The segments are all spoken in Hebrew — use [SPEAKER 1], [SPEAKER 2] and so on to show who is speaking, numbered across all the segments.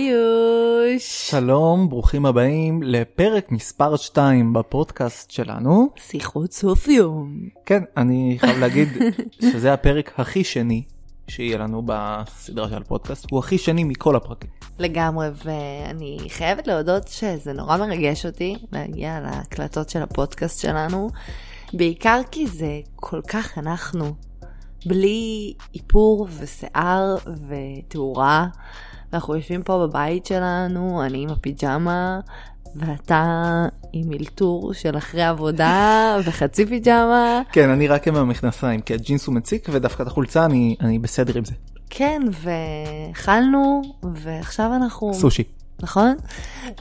[SPEAKER 1] היוש.
[SPEAKER 2] שלום, ברוכים הבאים לפרק מספר 2 בפודקאסט שלנו.
[SPEAKER 1] שיחות סוף יום.
[SPEAKER 2] כן, אני חייב להגיד שזה הפרק הכי שני שיהיה לנו בסדרה של הפודקאסט, הוא הכי שני מכל הפרקים.
[SPEAKER 1] לגמרי, ואני חייבת להודות שזה נורא מרגש אותי להגיע להקלטות של הפודקאסט שלנו, בעיקר כי זה כל כך אנחנו, בלי איפור ושיער ותאורה. אנחנו יושבים פה בבית שלנו, אני עם הפיג'מה, ואתה עם אלתור של אחרי עבודה וחצי פיג'מה.
[SPEAKER 2] כן, אני רק עם המכנסיים, כי הג'ינס הוא מציק ודווקא את החולצה אני, אני בסדר עם זה.
[SPEAKER 1] כן, ואכלנו, ועכשיו אנחנו...
[SPEAKER 2] סושי.
[SPEAKER 1] נכון?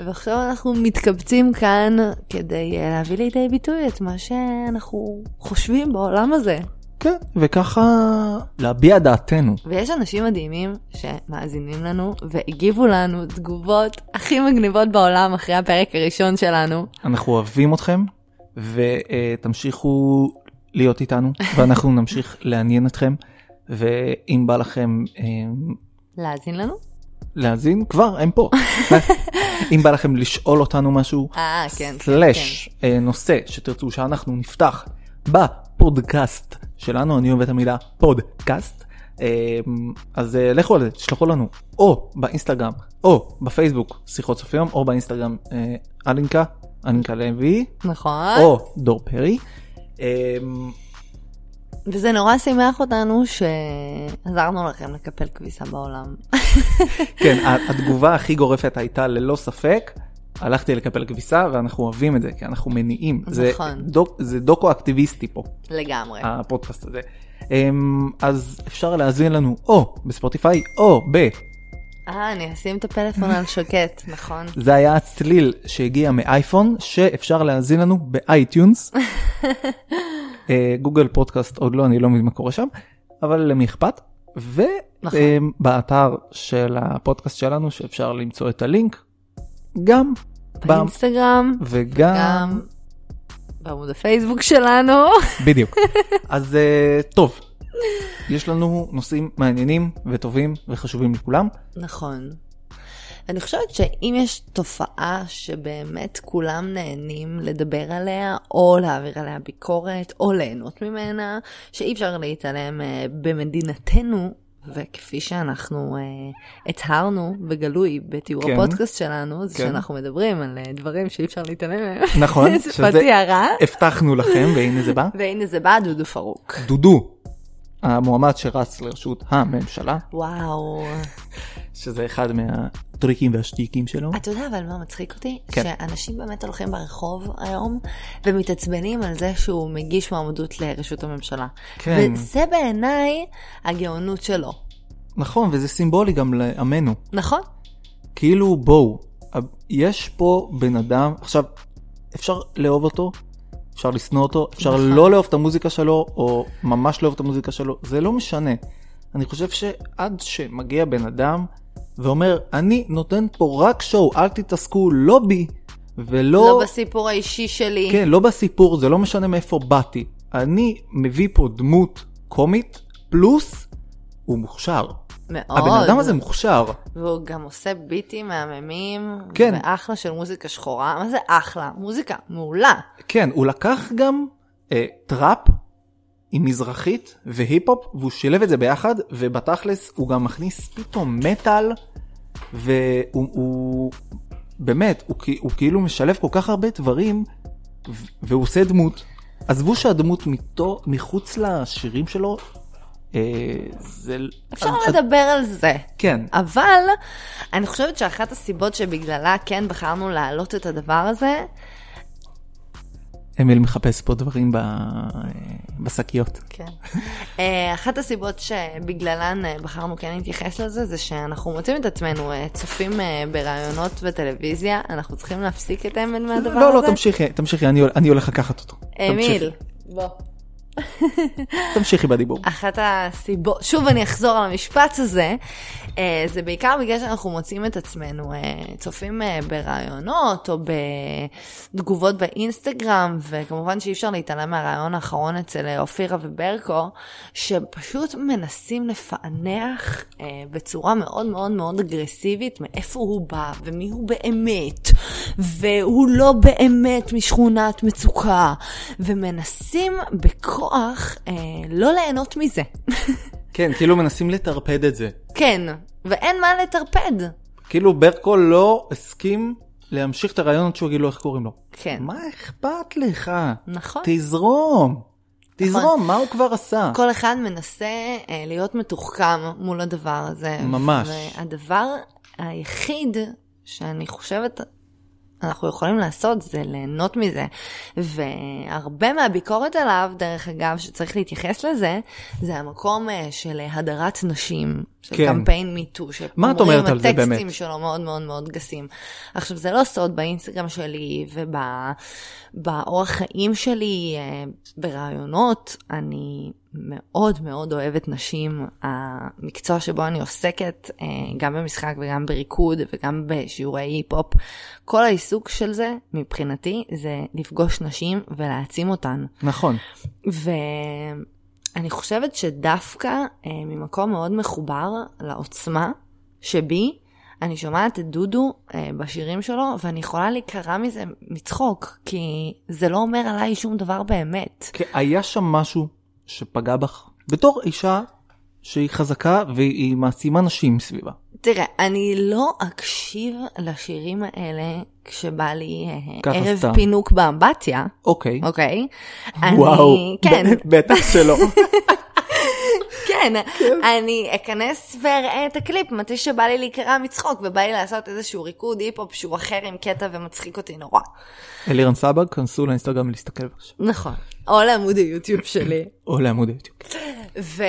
[SPEAKER 1] ועכשיו אנחנו מתקבצים כאן כדי אה, להביא לידי ביטוי את מה שאנחנו חושבים בעולם הזה.
[SPEAKER 2] כן, וככה להביע דעתנו.
[SPEAKER 1] ויש אנשים מדהימים שמאזינים לנו והגיבו לנו תגובות הכי מגניבות בעולם אחרי הפרק הראשון שלנו.
[SPEAKER 2] אנחנו אוהבים אתכם ותמשיכו להיות איתנו ואנחנו נמשיך לעניין אתכם ואם בא לכם אה,
[SPEAKER 1] להאזין לנו?
[SPEAKER 2] להאזין כבר הם פה אם בא לכם לשאול אותנו משהו
[SPEAKER 1] אה, כן, כן,
[SPEAKER 2] סלאש אה, נושא שתרצו שאנחנו נפתח בפודקאסט שלנו אני אוהב את המילה פודקאסט אה, אז אה, לכו על זה תשלחו לנו או באינסטגרם או בפייסבוק שיחות סוף יום או באינסטגרם אה, אלינקה אלינקה לוי
[SPEAKER 1] נכון.
[SPEAKER 2] או דור פרי. אה,
[SPEAKER 1] וזה נורא שימח אותנו שעזרנו לכם לקפל כביסה בעולם.
[SPEAKER 2] כן, ה- התגובה הכי גורפת הייתה ללא ספק, הלכתי לקפל כביסה ואנחנו אוהבים את זה כי אנחנו מניעים. זה,
[SPEAKER 1] נכון. כן.
[SPEAKER 2] דוק, זה דוקו אקטיביסטי פה,
[SPEAKER 1] לגמרי.
[SPEAKER 2] אה. הפודקאסט הזה. אמ, אז אפשר להאזין לנו או בספוטיפיי או ב...
[SPEAKER 1] אה, אני אשים את הפלאפון על שקט, נכון.
[SPEAKER 2] זה היה הצליל שהגיע מאייפון שאפשר להאזין לנו באייטיונס. אה, גוגל פודקאסט עוד לא, אני לא מבין מה קורה שם, אבל למי אכפת?
[SPEAKER 1] נכון.
[SPEAKER 2] ובאתר של הפודקאסט שלנו שאפשר למצוא את הלינק, גם במ-
[SPEAKER 1] באינסטגרם,
[SPEAKER 2] וגם
[SPEAKER 1] גם בעמוד הפייסבוק שלנו.
[SPEAKER 2] בדיוק. אז אה, טוב, יש לנו נושאים מעניינים וטובים וחשובים לכולם.
[SPEAKER 1] נכון. אני חושבת שאם יש תופעה שבאמת כולם נהנים לדבר עליה, או להעביר עליה ביקורת, או ליהנות ממנה, שאי אפשר להתעלם אה, במדינתנו, וכפי שאנחנו אה, הצהרנו בגלוי בתיאור
[SPEAKER 2] כן.
[SPEAKER 1] הפודקאסט שלנו, זה
[SPEAKER 2] כן.
[SPEAKER 1] שאנחנו מדברים על אה, דברים שאי אפשר להתעלם מהם.
[SPEAKER 2] נכון,
[SPEAKER 1] זה
[SPEAKER 2] שזה
[SPEAKER 1] פתיח רע.
[SPEAKER 2] הבטחנו לכם והנה זה בא.
[SPEAKER 1] והנה זה בא דודו פרוק.
[SPEAKER 2] דודו, המועמד שרץ לראשות הממשלה,
[SPEAKER 1] וואו.
[SPEAKER 2] שזה אחד מהטריקים והשטיקים שלו.
[SPEAKER 1] אתה יודע אבל מה מצחיק אותי?
[SPEAKER 2] כן.
[SPEAKER 1] שאנשים באמת הולכים ברחוב היום ומתעצבנים על זה שהוא מגיש מועמדות לראשות הממשלה.
[SPEAKER 2] כן.
[SPEAKER 1] וזה בעיניי הגאונות שלו.
[SPEAKER 2] נכון, וזה סימבולי גם לעמנו.
[SPEAKER 1] נכון?
[SPEAKER 2] כאילו, בואו, יש פה בן אדם, עכשיו, אפשר לאהוב אותו, אפשר לשנוא אותו, אפשר
[SPEAKER 1] נכון.
[SPEAKER 2] לא לאהוב את המוזיקה שלו, או ממש לאהוב את המוזיקה שלו, זה לא משנה. אני חושב שעד שמגיע בן אדם ואומר, אני נותן פה רק שואו, אל תתעסקו לא בי, ולא...
[SPEAKER 1] לא בסיפור האישי שלי.
[SPEAKER 2] כן, לא בסיפור, זה לא משנה מאיפה באתי. אני מביא פה דמות קומית, פלוס הוא מוכשר.
[SPEAKER 1] מאוד.
[SPEAKER 2] הבן אדם הזה מוכשר.
[SPEAKER 1] והוא גם עושה ביטים מהממים.
[SPEAKER 2] כן.
[SPEAKER 1] ואחלה של מוזיקה שחורה. מה זה אחלה? מוזיקה מעולה.
[SPEAKER 2] כן, הוא לקח גם אה, טראפ עם מזרחית והיפ-הופ, והוא שילב את זה ביחד, ובתכלס הוא גם מכניס פתאום מטאל, והוא הוא, באמת, הוא, כא- הוא כאילו משלב כל כך הרבה דברים, ו- והוא עושה דמות. עזבו שהדמות מתו, מחוץ לשירים שלו, אה, זה...
[SPEAKER 1] אפשר
[SPEAKER 2] אז- אז-
[SPEAKER 1] לדבר על זה.
[SPEAKER 2] כן,
[SPEAKER 1] אבל אני חושבת שאחת הסיבות שבגללה כן בחרנו להעלות את הדבר הזה,
[SPEAKER 2] אמיל מחפש פה דברים ב... אה, בשקיות.
[SPEAKER 1] כן. אה, אחת הסיבות שבגללן אה, בחרנו כן להתייחס לזה, זה שאנחנו מוצאים את עצמנו אה, צופים אה, בראיונות בטלוויזיה, אנחנו צריכים להפסיק את האמן מהדבר הזה. אה,
[SPEAKER 2] לא, לא, תמשיכי, תמשיכי, אני, הול- אני הולך לקחת אותו. תמשיכי.
[SPEAKER 1] אמיל, בוא.
[SPEAKER 2] תמשיכי בדיבור.
[SPEAKER 1] אחת הסיבות, שוב אני אחזור על המשפט הזה, אה, זה בעיקר בגלל שאנחנו מוצאים את עצמנו אה, צופים אה, ברעיונות או בתגובות באינסטגרם, וכמובן שאי אפשר להתעלם מהרעיון האחרון אצל אה, אופירה וברקו, שפשוט מנסים לפענח אה, בצורה מאוד מאוד מאוד אגרסיבית מאיפה הוא בא ומי הוא באמת, והוא לא באמת משכונת מצוקה, ומנסים בכוח אה, לא ליהנות מזה.
[SPEAKER 2] כן, כאילו מנסים לטרפד את זה.
[SPEAKER 1] כן, ואין מה לטרפד.
[SPEAKER 2] כאילו ברקו לא הסכים להמשיך את הרעיון עד שהוא יגיד לו איך קוראים לו.
[SPEAKER 1] כן.
[SPEAKER 2] מה אכפת לך?
[SPEAKER 1] נכון.
[SPEAKER 2] תזרום. תזרום, מה הוא כבר עשה?
[SPEAKER 1] כל אחד מנסה אה, להיות מתוחכם מול הדבר הזה.
[SPEAKER 2] ממש.
[SPEAKER 1] והדבר היחיד שאני חושבת אנחנו יכולים לעשות זה ליהנות מזה. והרבה מהביקורת עליו, דרך אגב, שצריך להתייחס לזה, זה המקום אה, של הדרת נשים, של
[SPEAKER 2] כן.
[SPEAKER 1] כן. קמפיין מיטו,
[SPEAKER 2] מה את אומרת על זה באמת?
[SPEAKER 1] הטקסטים שלו מאוד מאוד מאוד גסים. עכשיו, זה לא סוד באינסטגרם שלי ובאורח חיים שלי, אה, ברעיונות, אני מאוד מאוד אוהבת נשים. המקצוע שבו אני עוסקת, אה, גם במשחק וגם בריקוד וגם בשיעורי היפ-הופ, כל העיסוק של זה, מבחינתי, זה לפגוש נשים ולהעצים אותן.
[SPEAKER 2] נכון.
[SPEAKER 1] ואני חושבת שדווקא אה, ממקום מאוד מחובר לעוצמה שבי, אני שומעת את דודו אה, בשירים שלו, ואני יכולה להיקרע מזה מצחוק, כי זה לא אומר עליי שום דבר באמת.
[SPEAKER 2] כי היה שם משהו שפגע בך, בתור אישה שהיא חזקה והיא מעצימה נשים סביבה.
[SPEAKER 1] תראה, אני לא אקשיב לשירים האלה כשבא לי אה,
[SPEAKER 2] ככה
[SPEAKER 1] ערב
[SPEAKER 2] סתם.
[SPEAKER 1] פינוק באמבטיה,
[SPEAKER 2] אוקיי.
[SPEAKER 1] אוקיי?
[SPEAKER 2] וואו.
[SPEAKER 1] אני, כן,
[SPEAKER 2] ב- בטח שלא.
[SPEAKER 1] כן, אני אכנס ואראה את הקליפ מתי שבא לי להיקרע מצחוק ובא לי לעשות איזשהו ריקוד היפ-הופ שהוא אחר עם קטע ומצחיק אותי נורא.
[SPEAKER 2] אלירן סבג, כנסו לאינסטגרם להסתכל בבקשה.
[SPEAKER 1] נכון. או לעמוד היוטיוב שלי.
[SPEAKER 2] או לעמוד היוטיוב.
[SPEAKER 1] ו...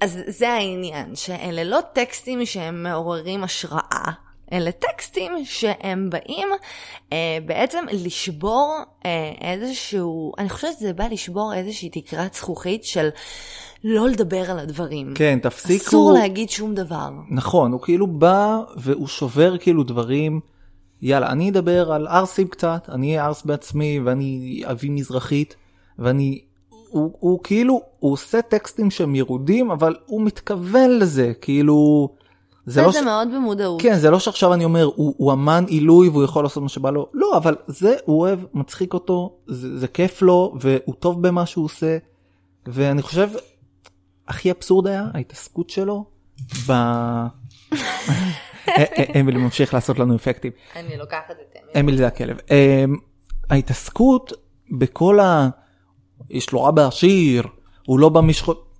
[SPEAKER 1] אז זה העניין, שאלה לא טקסטים שהם מעוררים השראה, אלה טקסטים שהם באים אה, בעצם לשבור אה, איזשהו, אני חושבת שזה בא לשבור איזושהי תקרת זכוכית של לא לדבר על הדברים.
[SPEAKER 2] כן, תפסיקו.
[SPEAKER 1] אסור להגיד שום דבר.
[SPEAKER 2] נכון, הוא כאילו בא והוא שובר כאילו דברים. יאללה, אני אדבר על ערסים קצת, אני אהיה ערס בעצמי ואני אביא מזרחית, ואני... הוא, הוא כאילו, הוא עושה טקסטים שהם ירודים, אבל הוא מתכוון לזה, כאילו... זה לא, ש...
[SPEAKER 1] זה מאוד במודעות.
[SPEAKER 2] כן, זה לא שעכשיו אני אומר, הוא, הוא אמן עילוי והוא יכול לעשות מה שבא לו, לא, אבל זה הוא אוהב, מצחיק אותו, זה, זה כיף לו, והוא טוב במה שהוא עושה, ואני חושב, הכי אבסורד היה ההתעסקות שלו ב... אה, אמיל ממשיך אה, לעשות לנו אפקטים.
[SPEAKER 1] אני לוקחת את זה.
[SPEAKER 2] אמיל זה הכלב. אמ, ההתעסקות בכל ה... יש לו אבא עשיר, הוא לא במשחות...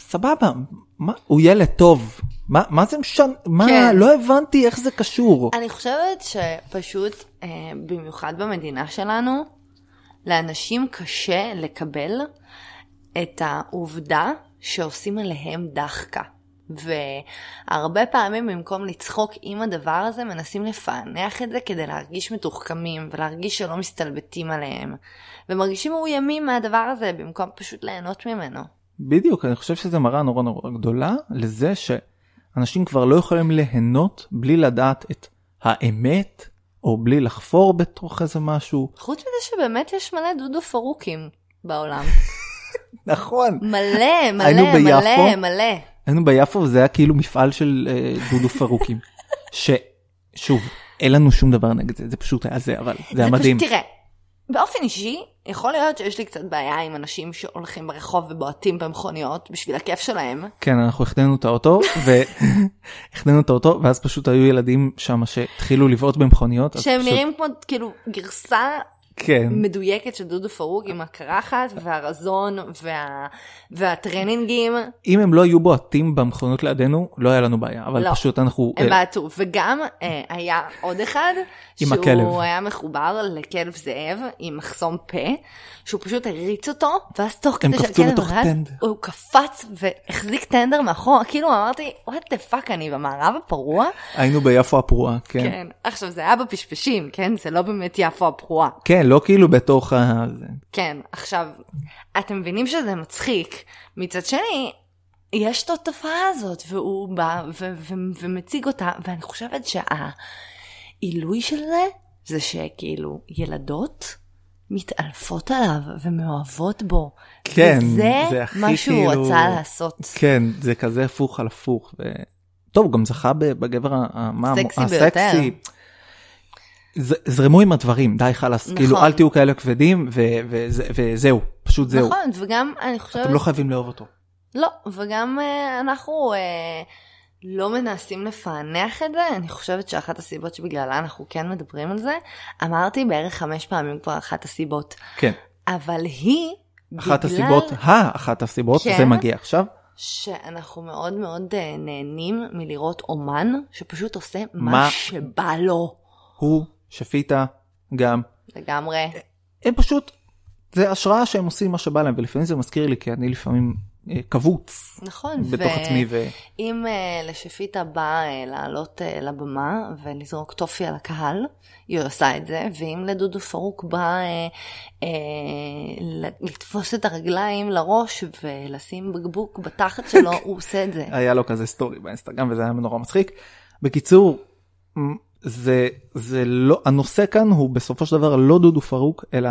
[SPEAKER 2] סבבה, מה, הוא ילד טוב. מה, מה זה משנה? מה,
[SPEAKER 1] כן.
[SPEAKER 2] לא הבנתי איך זה קשור.
[SPEAKER 1] אני חושבת שפשוט, אה, במיוחד במדינה שלנו, לאנשים קשה לקבל את העובדה שעושים עליהם דחקה. והרבה פעמים במקום לצחוק עם הדבר הזה, מנסים לפענח את זה כדי להרגיש מתוחכמים ולהרגיש שלא מסתלבטים עליהם. ומרגישים מאוימים מהדבר הזה במקום פשוט ליהנות ממנו.
[SPEAKER 2] בדיוק, אני חושב שזה מראה נורא נורא גדולה לזה שאנשים כבר לא יכולים ליהנות בלי לדעת את האמת, או בלי לחפור בתוך איזה משהו.
[SPEAKER 1] חוץ מזה שבאמת יש מלא דודו פרוקים בעולם.
[SPEAKER 2] נכון.
[SPEAKER 1] מלא,
[SPEAKER 2] היינו
[SPEAKER 1] מלא,
[SPEAKER 2] ביפו?
[SPEAKER 1] מלא, מלא.
[SPEAKER 2] היינו ביפו וזה היה כאילו מפעל של אה, דודו פרוקים. ששוב, אין לנו שום דבר נגד זה, זה פשוט היה זה, אבל זה היה מדהים.
[SPEAKER 1] פשוט, תראה, באופן אישי, יכול להיות שיש לי קצת בעיה עם אנשים שהולכים ברחוב ובועטים במכוניות בשביל הכיף שלהם.
[SPEAKER 2] כן, אנחנו החטאנו את האוטו, והחטאנו את האוטו, ואז פשוט היו ילדים שם שהתחילו לבעוט במכוניות. אז
[SPEAKER 1] שהם
[SPEAKER 2] פשוט-
[SPEAKER 1] נראים כמו כאילו גרסה
[SPEAKER 2] כן,
[SPEAKER 1] מדויקת של דודו פרוג עם הקרחת והרזון וה... והטרנינגים,
[SPEAKER 2] אם הם לא היו בועטים במכוניות לידינו, לא היה לנו בעיה, אבל
[SPEAKER 1] לא.
[SPEAKER 2] פשוט אנחנו...
[SPEAKER 1] הם
[SPEAKER 2] אה,
[SPEAKER 1] בעטו. וגם אה, היה עוד אחד,
[SPEAKER 2] עם
[SPEAKER 1] שהוא
[SPEAKER 2] הכלב.
[SPEAKER 1] היה מחובר לכלב זאב עם מחסום פה, שהוא פשוט הריץ אותו, ואז תוך
[SPEAKER 2] הם
[SPEAKER 1] כדי
[SPEAKER 2] קפצו
[SPEAKER 1] שהכלב
[SPEAKER 2] לתוך
[SPEAKER 1] רץ,
[SPEAKER 2] טנדר.
[SPEAKER 1] הוא קפץ והחזיק טנדר מאחורה, כאילו אמרתי, what the fuck, אני במערב הפרוע?
[SPEAKER 2] היינו ביפו הפרועה, כן.
[SPEAKER 1] כן. עכשיו, זה היה בפשפשים, כן? זה לא באמת יפו הפרועה.
[SPEAKER 2] כן, כן, לא כאילו בתוך ה... זה.
[SPEAKER 1] כן, עכשיו, אתם מבינים שזה מצחיק. מצד שני, יש את התופעה הזאת, והוא בא ו- ו- ומציג אותה, ואני חושבת שהעילוי של זה, זה שכאילו ילדות מתעלפות עליו ומאוהבות בו.
[SPEAKER 2] כן,
[SPEAKER 1] וזה
[SPEAKER 2] זה הכי
[SPEAKER 1] מה שהוא
[SPEAKER 2] כאילו-
[SPEAKER 1] רצה לעשות.
[SPEAKER 2] כן, זה כזה הפוך על הפוך. ו... טוב, הוא גם זכה ב- בגבר ה- ה- מה-
[SPEAKER 1] סקסי
[SPEAKER 2] הסקסי.
[SPEAKER 1] ביותר.
[SPEAKER 2] ז- זרמו עם הדברים, די חלאס,
[SPEAKER 1] נכון.
[SPEAKER 2] כאילו אל תהיו כאלה כבדים ו- וזה- וזהו, פשוט זהו.
[SPEAKER 1] נכון, וגם אני חושבת...
[SPEAKER 2] אתם לא חייבים לאהוב אותו.
[SPEAKER 1] לא, וגם אה, אנחנו אה, לא מנסים לפענח את זה, אני חושבת שאחת הסיבות שבגללה אנחנו כן מדברים על זה, אמרתי בערך חמש פעמים כבר אחת הסיבות,
[SPEAKER 2] כן,
[SPEAKER 1] אבל היא,
[SPEAKER 2] אחת
[SPEAKER 1] בגלל
[SPEAKER 2] הסיבות, האחת הסיבות,
[SPEAKER 1] כן.
[SPEAKER 2] זה מגיע עכשיו,
[SPEAKER 1] שאנחנו מאוד מאוד אה, נהנים מלראות אומן שפשוט עושה מה
[SPEAKER 2] מה?
[SPEAKER 1] שבא לו.
[SPEAKER 2] הוא, שפיטה, גם,
[SPEAKER 1] לגמרי.
[SPEAKER 2] הם פשוט, זה השראה שהם עושים מה שבא להם, ולפעמים זה מזכיר לי, כי אני לפעמים אה, קבוץ
[SPEAKER 1] נכון,
[SPEAKER 2] בתוך עצמי, ו...
[SPEAKER 1] אם uh, לשפיטה בא uh, לעלות uh, לבמה ולזרוק טופי על הקהל, היא עושה את זה, ואם לדודו פרוק בא uh, uh, לתפוס את הרגליים לראש ולשים בקבוק בתחת שלו, הוא עושה את זה.
[SPEAKER 2] היה לו כזה סטורי באינסטגרם וזה היה נורא מצחיק. בקיצור, מ- זה זה לא הנושא כאן הוא בסופו של דבר לא דודו פרוק אלא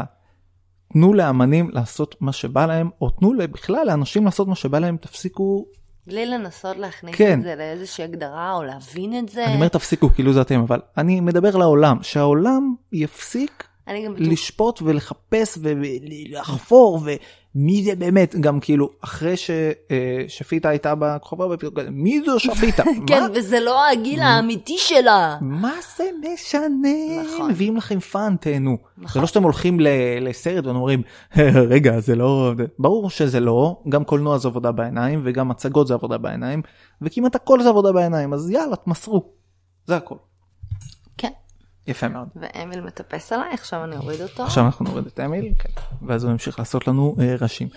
[SPEAKER 2] תנו לאמנים לעשות מה שבא להם או תנו בכלל לאנשים לעשות מה שבא להם תפסיקו
[SPEAKER 1] בלי לנסות להכניס
[SPEAKER 2] כן.
[SPEAKER 1] את זה לאיזושהי הגדרה או להבין את זה.
[SPEAKER 2] אני אומר תפסיקו כאילו זה אתם אבל אני מדבר לעולם שהעולם יפסיק
[SPEAKER 1] אני גם בטוח
[SPEAKER 2] לשפוט ולחפש ולחפור ומי זה באמת גם כאילו אחרי ש- אה, שפיטה הייתה בכוכבה ופתאום כזה, מי זו שפיטה
[SPEAKER 1] כן,
[SPEAKER 2] מה?
[SPEAKER 1] וזה לא הגיל האמיתי שלה.
[SPEAKER 2] מה זה משנה?
[SPEAKER 1] נכון.
[SPEAKER 2] מביאים לכם פאן, תהנו.
[SPEAKER 1] נכון.
[SPEAKER 2] זה לא שאתם הולכים ל- לסרט ואומרים, רגע, זה לא... ברור שזה לא, גם קולנוע זה עבודה בעיניים, וגם הצגות זה עבודה בעיניים, וכמעט הכל זה עבודה בעיניים, אז יאללה, תמסרו. זה הכל.
[SPEAKER 1] כן.
[SPEAKER 2] יפה מאוד.
[SPEAKER 1] ואמיל מטפס עליי, עכשיו אני אוריד אותו.
[SPEAKER 2] עכשיו אנחנו נוריד את אמיל, כן. ואז הוא ימשיך לעשות לנו אה, ראשים.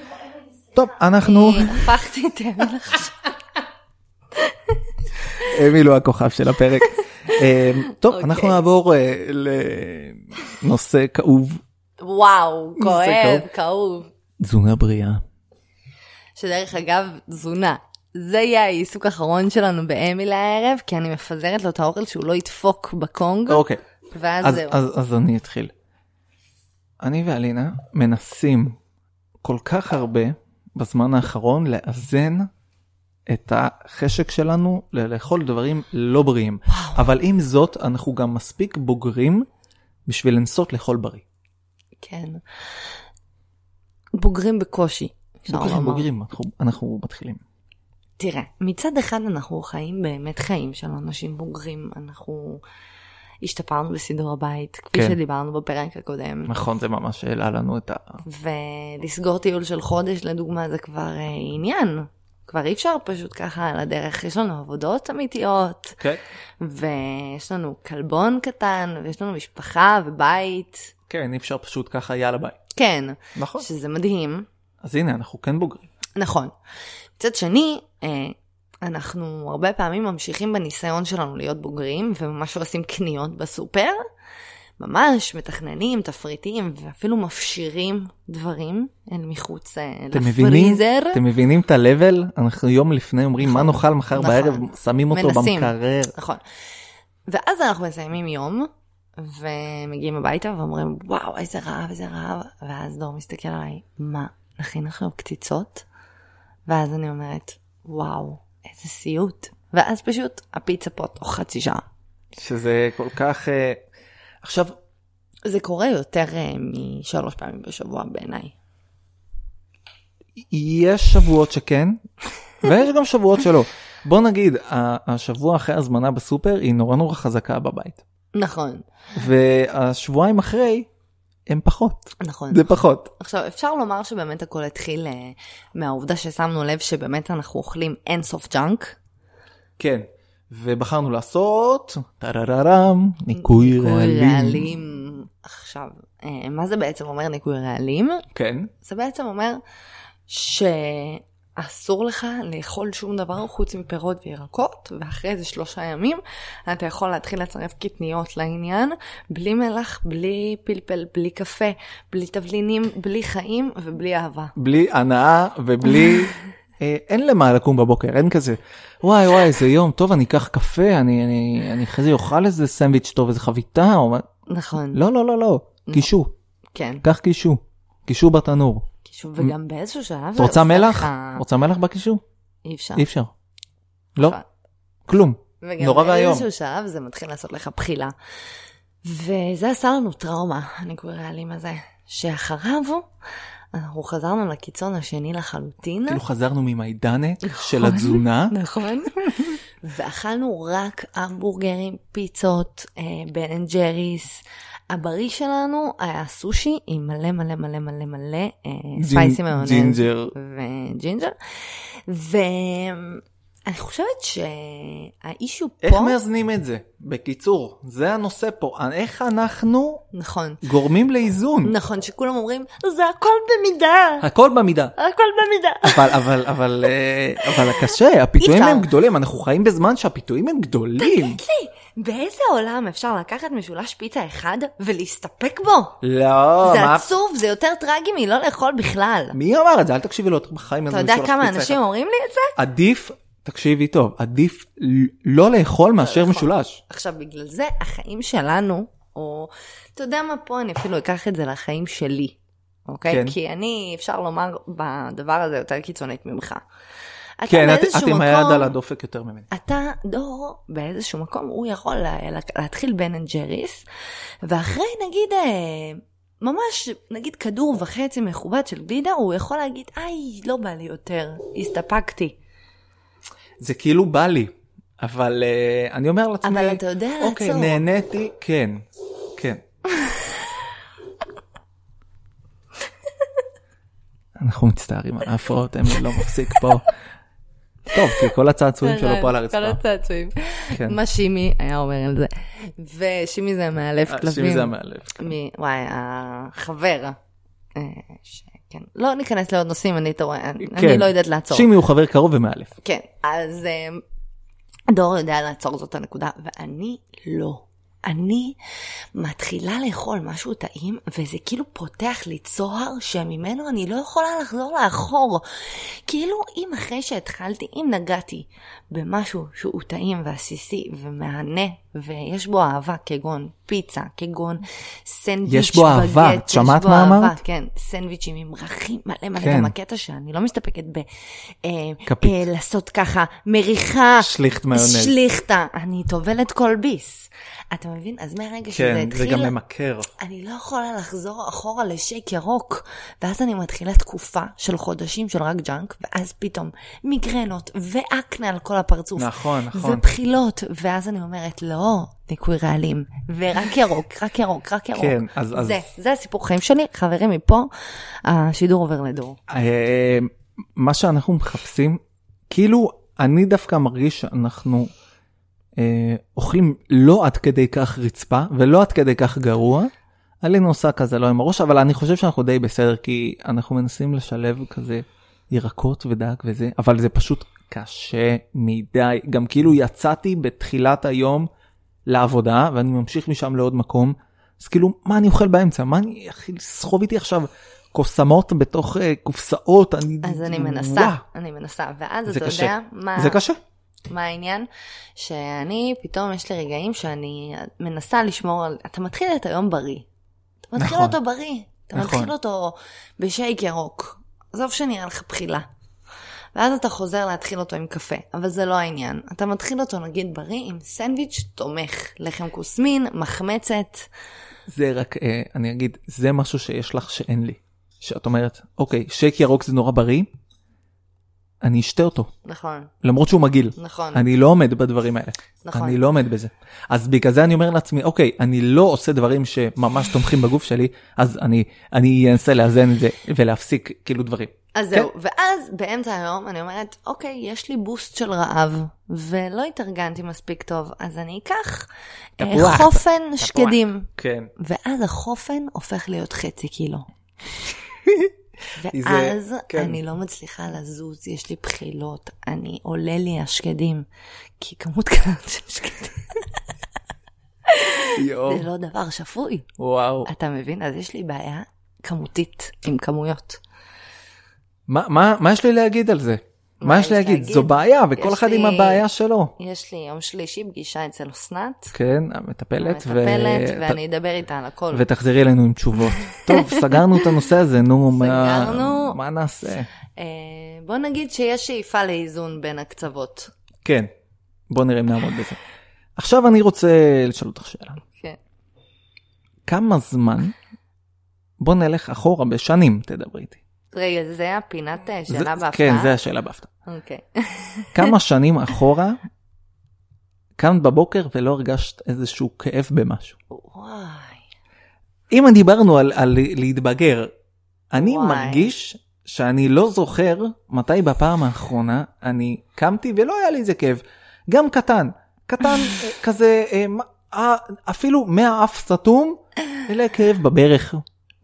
[SPEAKER 2] טוב, אנחנו...
[SPEAKER 1] אני הפכתי את אמיל עכשיו.
[SPEAKER 2] אמיל הוא הכוכב של הפרק. אה, טוב,
[SPEAKER 1] אוקיי.
[SPEAKER 2] אנחנו נעבור אה, לנושא כאוב,
[SPEAKER 1] וואו, כואב,
[SPEAKER 2] כאוב.
[SPEAKER 1] כאוב.
[SPEAKER 2] תזונה בריאה.
[SPEAKER 1] שדרך אגב, תזונה. זה יהיה העיסוק האחרון שלנו באמיל הערב, כי אני מפזרת לו את האוכל שהוא לא ידפוק בקונג,
[SPEAKER 2] אוקיי.
[SPEAKER 1] ואז
[SPEAKER 2] אז,
[SPEAKER 1] זהו.
[SPEAKER 2] אז, אז אני אתחיל. אני ואלינה מנסים כל כך הרבה בזמן האחרון לאזן את החשק שלנו ל- לאכול דברים לא בריאים. אבל עם זאת, אנחנו גם מספיק בוגרים בשביל לנסות לאכול בריא.
[SPEAKER 1] כן. בוגרים בקושי. אפשר
[SPEAKER 2] בוגרים,
[SPEAKER 1] לומר.
[SPEAKER 2] בוגרים, אנחנו, אנחנו מתחילים.
[SPEAKER 1] תראה, מצד אחד אנחנו חיים באמת חיים של אנשים בוגרים, אנחנו השתפרנו בסידור הבית, כפי
[SPEAKER 2] כן.
[SPEAKER 1] שדיברנו בפרק הקודם.
[SPEAKER 2] נכון, זה ממש העלה לנו את ה...
[SPEAKER 1] ולסגור טיול של חודש לדוגמה זה כבר אה, עניין. כבר אי אפשר פשוט ככה על הדרך, יש לנו עבודות אמיתיות,
[SPEAKER 2] כן.
[SPEAKER 1] ויש לנו כלבון קטן, ויש לנו משפחה ובית.
[SPEAKER 2] כן, אי אפשר פשוט ככה יאללה ביי.
[SPEAKER 1] כן,
[SPEAKER 2] נכון.
[SPEAKER 1] שזה מדהים,
[SPEAKER 2] אז הנה, אנחנו כן בוגרים.
[SPEAKER 1] נכון. מצד שני, אה, אנחנו הרבה פעמים ממשיכים בניסיון שלנו להיות בוגרים, וממש עושים קניות בסופר, ממש מתכננים, תפריטים, ואפילו מפשירים דברים אל מחוץ אה,
[SPEAKER 2] אתם מבינים?
[SPEAKER 1] לפריזר.
[SPEAKER 2] אתם מבינים את ה-level? אנחנו יום לפני אומרים מה נאכל מחר
[SPEAKER 1] נכון.
[SPEAKER 2] בערב, שמים אותו
[SPEAKER 1] מנסים.
[SPEAKER 2] במקרר.
[SPEAKER 1] נכון. ואז אנחנו מסיימים יום, ומגיעים הביתה ואומרים, וואו, איזה רעב, איזה רעב. ואז דור מסתכל עליי, מה, נכין עכשיו קציצות? ואז אני אומרת, וואו, איזה סיוט. ואז פשוט הפיצה פה תוך חצי שעה.
[SPEAKER 2] שזה כל כך... אה, עכשיו,
[SPEAKER 1] זה קורה יותר אה, משלוש פעמים בשבוע בעיניי.
[SPEAKER 2] יש שבועות שכן, ויש גם שבועות שלא. בוא נגיד, ה- השבוע אחרי הזמנה בסופר היא נורא נורא חזקה בבית.
[SPEAKER 1] נכון,
[SPEAKER 2] והשבועיים אחרי, הם פחות.
[SPEAKER 1] נכון.
[SPEAKER 2] זה פחות.
[SPEAKER 1] עכשיו, אפשר לומר שבאמת הכל התחיל אה, מהעובדה ששמנו לב שבאמת אנחנו אוכלים אינסוף ג'אנק.
[SPEAKER 2] כן. ובחרנו לעשות, טרררם, ניקוי רעלים.
[SPEAKER 1] רעלים. עכשיו, אה, מה זה בעצם אומר ניקוי רעלים?
[SPEAKER 2] כן.
[SPEAKER 1] זה בעצם אומר שאנחנו אסור לך לאכול שום דבר חוץ מפירות וירקות, ואחרי איזה שלושה ימים אתה יכול להתחיל לצרף קטניות לעניין, בלי מלח, בלי פלפל, בלי קפה, בלי תבלינים, בלי חיים ובלי אהבה.
[SPEAKER 2] בלי הנאה ובלי... אה, אין למה לקום בבוקר, אין כזה. וואי וואי, איזה יום, טוב, אני אקח קפה, אני, אני, אני אחרי זה אוכל איזה סנדוויץ' טוב, איזה חביתה, או מה...
[SPEAKER 1] נכון.
[SPEAKER 2] לא, לא, לא, לא, קישור,
[SPEAKER 1] כן.
[SPEAKER 2] קח קישור, קישור בתנור.
[SPEAKER 1] קישור, וגם באיזשהו שלב...
[SPEAKER 2] את
[SPEAKER 1] זה
[SPEAKER 2] רוצה
[SPEAKER 1] עושה
[SPEAKER 2] מלח?
[SPEAKER 1] לך-
[SPEAKER 2] רוצה מלח בקישור?
[SPEAKER 1] אי אפשר.
[SPEAKER 2] אי אפשר. לא,
[SPEAKER 1] נכון. לא.
[SPEAKER 2] כלום. נורא
[SPEAKER 1] וגם
[SPEAKER 2] ואיום.
[SPEAKER 1] באיזשהו שלב זה מתחיל לעשות לך בחילה. וזה עשה לנו טראומה, אני קורא לאלים הזה, שאחריו אנחנו חזרנו לקיצון השני לחלוטין.
[SPEAKER 2] כאילו חזרנו ממיידנת של התזונה,
[SPEAKER 1] נכון. ואכלנו רק המבורגרים, פיצות, אה, בן אנד ג'ריס. הבריא שלנו היה סושי עם מלא מלא מלא מלא מלא אה, ספייסי
[SPEAKER 2] ג'ינ-
[SPEAKER 1] מיונז.
[SPEAKER 2] ג'ינג'ר.
[SPEAKER 1] וג'ינג'ר. ואני חושבת שהאישו פה...
[SPEAKER 2] איך מאזנים את זה? בקיצור, זה הנושא פה, אה, איך אנחנו
[SPEAKER 1] נכון.
[SPEAKER 2] גורמים לאיזון?
[SPEAKER 1] נכון, שכולם אומרים, זה הכל במידה,
[SPEAKER 2] הכל במידה.
[SPEAKER 1] הכל במידה.
[SPEAKER 2] אבל אבל אבל אה, אבל קשה הפיתויים
[SPEAKER 1] אי אפשר.
[SPEAKER 2] הם גדולים אנחנו חיים בזמן שהפיתויים הם גדולים
[SPEAKER 1] באיזה עולם אפשר לקחת משולש פיתה אחד ולהסתפק בו?
[SPEAKER 2] לא
[SPEAKER 1] זה
[SPEAKER 2] מה-
[SPEAKER 1] עצוב, זה יותר טרגי מלא לאכול בכלל.
[SPEAKER 2] מי אמר את זה אל תקשיבי לו בחיים
[SPEAKER 1] אתה יודע כמה אנשים אומרים לי את זה?
[SPEAKER 2] עדיף תקשיבי טוב עדיף ל- לא לאכול מאשר משולש
[SPEAKER 1] עכשיו, בגלל זה החיים שלנו, או אתה יודע מה, פה אני אפילו אקח את זה לחיים שלי, אוקיי?
[SPEAKER 2] כן.
[SPEAKER 1] כי אני, אפשר לומר, בדבר הזה יותר קיצונית ממך. אתה
[SPEAKER 2] כן את-
[SPEAKER 1] באיזשהו
[SPEAKER 2] את עם
[SPEAKER 1] מקום-
[SPEAKER 2] היד על הדופק יותר ממני
[SPEAKER 1] אתה דור באיזשהו מקום הוא יכול לה- לה- להתחיל בן אנד ג'ריס ואחרי נגיד אה, ממש נגיד כדור וחצי מכובד של גלידה הוא יכול להגיד איי לא בא לי יותר הסתפקתי
[SPEAKER 2] זה כאילו בא לי אבל אה, אני אומר לעצמי
[SPEAKER 1] אבל אתה יודע
[SPEAKER 2] אוקיי
[SPEAKER 1] לעצור.
[SPEAKER 2] נהניתי כן כן. אנחנו מצטערים על ההפרעות, הם לא מפסיק פה. טוב, כי כל הצעצועים שלו פה על
[SPEAKER 1] כל
[SPEAKER 2] הרצפה.
[SPEAKER 1] הצעצועים.
[SPEAKER 2] כן.
[SPEAKER 1] מה שימי היה אומר על זה ושימי זה מאלף
[SPEAKER 2] אה,
[SPEAKER 1] כלבים.
[SPEAKER 2] שימי זה המאלף.
[SPEAKER 1] מ... וואי, החבר. אה, שכן. לא ניכנס לעוד נושאים, אני, אתה רואה, אני- אני
[SPEAKER 2] כן.
[SPEAKER 1] לא יודעת לעצור.
[SPEAKER 2] שימי הוא חבר קרוב ומאלף.
[SPEAKER 1] כן, אז אמ, דור יודע לעצור זאת הנקודה, ואני לא. אני מתחילה לאכול משהו טעים, וזה כאילו פותח לי צוהר שממנו אני לא יכולה לחזור לאחור. כאילו אם אחרי שהתחלתי, אם נגעתי במשהו שהוא טעים ועסיסי ומהנה, ויש בו אהבה, כגון פיצה, כגון סנדוויץ' בגט,
[SPEAKER 2] יש בו אהבה, את שמעת
[SPEAKER 1] יש בו
[SPEAKER 2] מה
[SPEAKER 1] אהבה,
[SPEAKER 2] אמרת?
[SPEAKER 1] כן, סנדוויצ'ים עם מרחים מלא מלא,
[SPEAKER 2] כן.
[SPEAKER 1] גם הקטע שאני לא מסתפקת ב... אה,
[SPEAKER 2] כפית.
[SPEAKER 1] אה, לעשות ככה, מריחה,
[SPEAKER 2] שליכט מיונז.
[SPEAKER 1] שליכטה, אני טובלת כל ביס. אתה מבין? אז מהרגע שזה
[SPEAKER 2] כן, זה
[SPEAKER 1] התחיל,
[SPEAKER 2] גם ממכר.
[SPEAKER 1] אני לא יכולה לחזור אחורה לשייק ירוק. ואז אני מתחילה תקופה של חודשים של רק ג'אנק, ואז פתאום מיגרנות ואקנה על כל הפרצוף.
[SPEAKER 2] נכון, נכון.
[SPEAKER 1] ובחילות, ואז אני אומרת, לא, ניקוי רעלים, ורק ירוק, רק ירוק, רק ירוק.
[SPEAKER 2] כן, אז- אז-
[SPEAKER 1] זה, זה הסיפור חיים שלי. חברים, מפה השידור עובר לדור.
[SPEAKER 2] אה, מה שאנחנו מחפשים, כאילו, אני דווקא מרגיש שאנחנו אה, אוכלים לא עד כדי כך רצפה ולא עד כדי כך גרוע. עלינו עושה כזה לא עם הראש, אבל אני חושב שאנחנו די בסדר, כי אנחנו מנסים לשלב כזה ירקות ודק וזה, אבל זה פשוט קשה מדי. גם כאילו יצאתי בתחילת היום לעבודה, ואני ממשיך משם לעוד מקום, אז כאילו, מה אני אוכל באמצע? מה אני אכיל? סחוב איתי עכשיו קוסמות בתוך אה, קופסאות? אני...
[SPEAKER 1] אז אני
[SPEAKER 2] וואו,
[SPEAKER 1] מנסה, אה. אני מנסה, ואז
[SPEAKER 2] זה
[SPEAKER 1] אתה
[SPEAKER 2] קשה.
[SPEAKER 1] יודע מה-
[SPEAKER 2] זה קשה.
[SPEAKER 1] מה העניין, שאני פתאום יש לי רגעים שאני מנסה לשמור על, אתה מתחיל את היום בריא, אתה מתחיל
[SPEAKER 2] נכון.
[SPEAKER 1] אותו בריא, אתה
[SPEAKER 2] נכון.
[SPEAKER 1] מתחיל אותו בשייק ירוק, עזוב שנראה לך בחילה. ואז אתה חוזר להתחיל אותו עם קפה, אבל זה לא העניין. אתה מתחיל אותו נגיד בריא עם סנדוויץ' תומך, לחם כוסמין, מחמצת,
[SPEAKER 2] זה רק, אה, אני אגיד, זה משהו שיש לך שאין לי. שאת אומרת, אוקיי, שייק ירוק זה נורא בריא, אני אשתה אותו,
[SPEAKER 1] נכון,
[SPEAKER 2] למרות שהוא מגעיל.
[SPEAKER 1] נכון,
[SPEAKER 2] אני לא עומד בדברים האלה.
[SPEAKER 1] נכון.
[SPEAKER 2] אני לא עומד בזה. אז בגלל זה אני אומר לעצמי, אוקיי, אני לא עושה דברים שממש תומכים בגוף שלי, אז אני, אני אנסה לאזן את זה ולהפסיק כאילו דברים.
[SPEAKER 1] אז
[SPEAKER 2] כן.
[SPEAKER 1] זהו, ואז באמצע היום אני אומרת, אוקיי, יש לי בוסט של רעב, ולא התארגנתי מספיק טוב, אז אני אקח אה,
[SPEAKER 2] תפוח,
[SPEAKER 1] חופן
[SPEAKER 2] תפוח.
[SPEAKER 1] שקדים.
[SPEAKER 2] כן.
[SPEAKER 1] ואז החופן הופך להיות חצי קילו. ואז
[SPEAKER 2] זה-
[SPEAKER 1] זה,
[SPEAKER 2] כן.
[SPEAKER 1] כן. אני לא מצליחה לזוז, יש לי בחילות, אני עולה לי השקדים, כי כמות כזאת של שקדים
[SPEAKER 2] יואו,
[SPEAKER 1] זה לא דבר שפוי,
[SPEAKER 2] וואו.
[SPEAKER 1] אתה מבין? אז יש לי בעיה כמותית עם כמויות.
[SPEAKER 2] מה- מה מה יש לי להגיד על זה? מה יש לי להגיד? זו בעיה, וכל
[SPEAKER 1] יש
[SPEAKER 2] אחד עם
[SPEAKER 1] לי-
[SPEAKER 2] הבעיה שלו.
[SPEAKER 1] יש לי יום שלישי פגישה אצל אסנת,
[SPEAKER 2] כן, המטפלת, ו-
[SPEAKER 1] המטפלת,
[SPEAKER 2] ת-
[SPEAKER 1] ואני אדבר איתה על הכל.
[SPEAKER 2] ותחזרי אלינו עם תשובות. טוב, סגרנו את הנושא הזה, נו, מה-
[SPEAKER 1] סגרנו.
[SPEAKER 2] מה נעשה?
[SPEAKER 1] אה, בוא נגיד שיש שאיפה לאיזון בין הקצוות.
[SPEAKER 2] כן, בוא נראה אם נעמוד בזה. עכשיו אני רוצה לשאול אותך שאלה.
[SPEAKER 1] כן.
[SPEAKER 2] כמה זמן, בוא נלך אחורה בשנים, תדברי איתי.
[SPEAKER 1] רגע, זה הפינת אה,
[SPEAKER 2] זה-
[SPEAKER 1] שאלה בהפתעה?
[SPEAKER 2] כן, זה השאלה בהפתעה.
[SPEAKER 1] אוקיי.
[SPEAKER 2] כמה שנים אחורה, קמת בבוקר ולא הרגשת איזשהו כאב במשהו.
[SPEAKER 1] וואי.
[SPEAKER 2] אם דיברנו על, על להתבגר, אני וואי.
[SPEAKER 1] וואי.
[SPEAKER 2] מרגיש שאני לא זוכר מתי בפעם האחרונה אני קמתי ולא היה לי איזה כאב, גם קטן, קטן אה, כזה אה, מה- אה, אפילו מהאף סתום, אלא כאב בברך,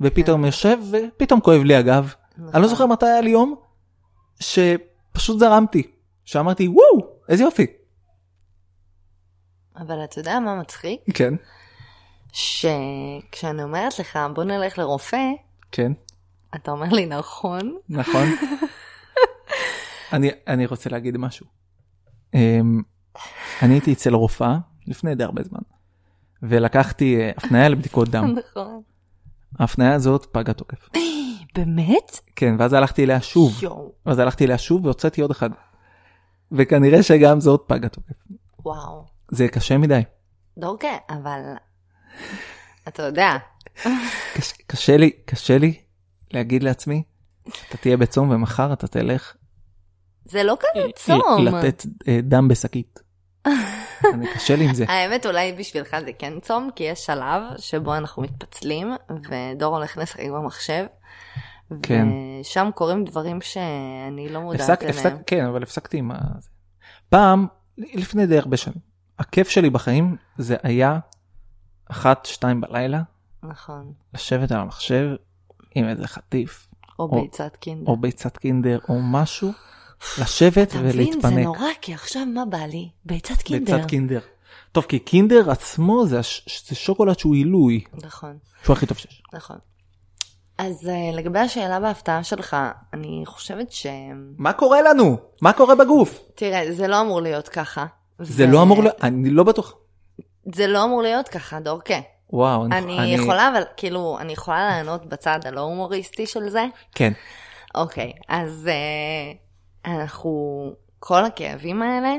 [SPEAKER 2] ופתאום יושב ופתאום כואב לי הגב.
[SPEAKER 1] נכון.
[SPEAKER 2] אני לא זוכר מתי היה לי יום שפשוט זרמתי, שאמרתי וואו איזה יופי.
[SPEAKER 1] אבל אתה יודע מה מצחיק?
[SPEAKER 2] כן,
[SPEAKER 1] שכשאני אומרת לך, בוא נלך לרופא,
[SPEAKER 2] כן,
[SPEAKER 1] אתה אומר לי נכון.
[SPEAKER 2] נכון. אני, אני רוצה להגיד משהו. אמ, אני הייתי אצל רופאה לפני די הרבה זמן, ולקחתי אה, הפניה לבדיקות דם.
[SPEAKER 1] נכון.
[SPEAKER 2] ההפניה הזאת פגה תוקף.
[SPEAKER 1] באמת?
[SPEAKER 2] כן, ואז הלכתי אליה שוב,
[SPEAKER 1] יואו.
[SPEAKER 2] ואז הלכתי אליה שוב והוצאתי עוד אחד. וכנראה שגם זאת פגה תוקף.
[SPEAKER 1] וואו.
[SPEAKER 2] זה קשה מדי.
[SPEAKER 1] דורקה, אבל... אתה יודע,
[SPEAKER 2] קש, קשה לי, קשה לי להגיד לעצמי, אתה תהיה בצום ומחר אתה תלך
[SPEAKER 1] זה לא כזה צום.
[SPEAKER 2] לתת אה, דם בשקית. אני קשה לי עם זה.
[SPEAKER 1] האמת אולי בשבילך זה כן צום, כי יש שלב שבו אנחנו מתפצלים, ודור הולך לשחק במחשב.
[SPEAKER 2] כן.
[SPEAKER 1] ושם קורים דברים שאני לא מודעת
[SPEAKER 2] הפסק, הפסק,
[SPEAKER 1] אליהם.
[SPEAKER 2] כן, אבל הפסקתי עם ה... זה. פעם, לפני די הרבה שנים, הכיף שלי בחיים זה היה אחת, שתיים בלילה,
[SPEAKER 1] נכון.
[SPEAKER 2] לשבת על המחשב עם איזה חטיף,
[SPEAKER 1] או ביצת קינדר.
[SPEAKER 2] או ביצת קינדר, או משהו, לשבת
[SPEAKER 1] אתה מבין, זה
[SPEAKER 2] ולהתפנק.
[SPEAKER 1] נורא, כי עכשיו מה בא לי? ביצת קינדר.
[SPEAKER 2] ביצת קינדר. טוב, כי קינדר עצמו זה, הש... זה שוקולד שהוא עילוי,
[SPEAKER 1] נכון,
[SPEAKER 2] שהוא הכי טוב שיש.
[SPEAKER 1] נכון. אז אה, לגבי השאלה בהפתעה שלך, אני חושבת ש...
[SPEAKER 2] מה קורה לנו? מה קורה בגוף?
[SPEAKER 1] תראה, זה לא אמור להיות ככה.
[SPEAKER 2] זה
[SPEAKER 1] ו-
[SPEAKER 2] לא אמור, ל- אני לא בטוח.
[SPEAKER 1] זה לא אמור להיות ככה, כן. דורקה.
[SPEAKER 2] וואו,
[SPEAKER 1] אני יכולה, אבל כאילו, אני יכולה לענות בצד הלא הומוריסטי של זה?
[SPEAKER 2] כן,
[SPEAKER 1] אוקיי, אז אה, אנחנו, כל הכאבים האלה,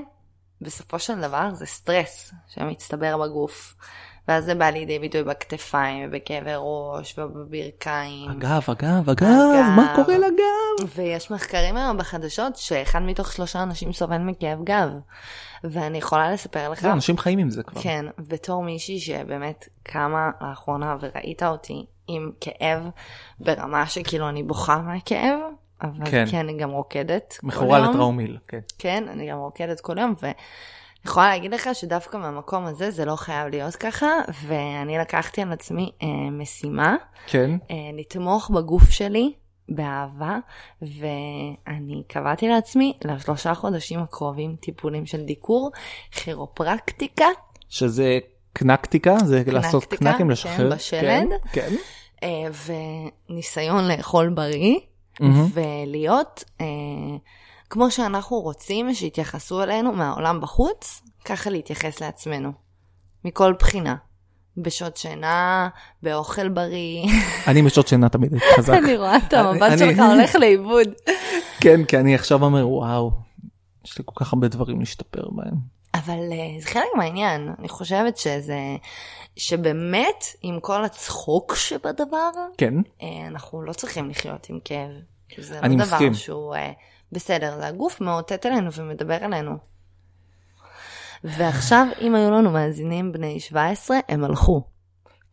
[SPEAKER 1] בסופו של דבר זה סטרס שמצטבר בגוף. ואז זה בא לידי ביטוי בכתפיים, ובכאבי ראש, ובברכיים.
[SPEAKER 2] אגב, אגב, אגב,
[SPEAKER 1] אגב.
[SPEAKER 2] מה קורה לגב?
[SPEAKER 1] ויש מחקרים היום בחדשות שאחד מתוך שלושה אנשים סובל מכאב גב. ואני יכולה לספר לך,
[SPEAKER 2] זה, לא, אנשים חיים עם זה כבר.
[SPEAKER 1] כן, בתור מישהי שבאמת קמה לאחרונה וראית אותי עם כאב ברמה שכאילו אני בוכה מהכאב, אבל
[SPEAKER 2] כן.
[SPEAKER 1] כן, אני גם רוקדת. כל
[SPEAKER 2] מכורה
[SPEAKER 1] יום.
[SPEAKER 2] לטראומיל, כן.
[SPEAKER 1] כן, אני גם רוקדת כל יום, ואני יכולה להגיד לך שדווקא מהמקום הזה זה לא חייב להיות ככה, ואני לקחתי על עצמי אה, משימה.
[SPEAKER 2] כן.
[SPEAKER 1] אה, לתמוך בגוף שלי באהבה, ואני קבעתי לעצמי לשלושה חודשים הקרובים טיפולים של דיקור, כירופרקטיקה,
[SPEAKER 2] שזה קנקטיקה, זה לעשות
[SPEAKER 1] קנקטיקה,
[SPEAKER 2] קנקים
[SPEAKER 1] כן,
[SPEAKER 2] לשחרר.
[SPEAKER 1] בשלד.
[SPEAKER 2] כן.
[SPEAKER 1] אה, וניסיון לאכול בריא,
[SPEAKER 2] מהמם.
[SPEAKER 1] ולהיות אה, כמו שאנחנו רוצים שיתייחסו אלינו מהעולם בחוץ, ככה להתייחס לעצמנו, מכל בחינה. בשעות שינה, באוכל בריא,
[SPEAKER 2] אני בשעות שינה תמיד הייתי חזק.
[SPEAKER 1] אני רואה את
[SPEAKER 2] אני-
[SPEAKER 1] המבט שלך
[SPEAKER 2] אני-
[SPEAKER 1] הולך לאיבוד.
[SPEAKER 2] כן, כי אני עכשיו אומר, וואו, יש לי כל כך הרבה דברים להשתפר בהם.
[SPEAKER 1] אבל אה, זה חלק מהעניין, אני חושבת שזה, שבאמת עם כל הצחוק שבדבר,
[SPEAKER 2] כן,
[SPEAKER 1] אה, אנחנו לא צריכים לחיות עם כאב. זה
[SPEAKER 2] אני
[SPEAKER 1] לא דבר
[SPEAKER 2] מסכים.
[SPEAKER 1] שהוא אה, בסדר, זה הגוף מאותת אלינו ומדבר אלינו. ועכשיו, אם היו לנו מאזינים בני 17, הם הלכו.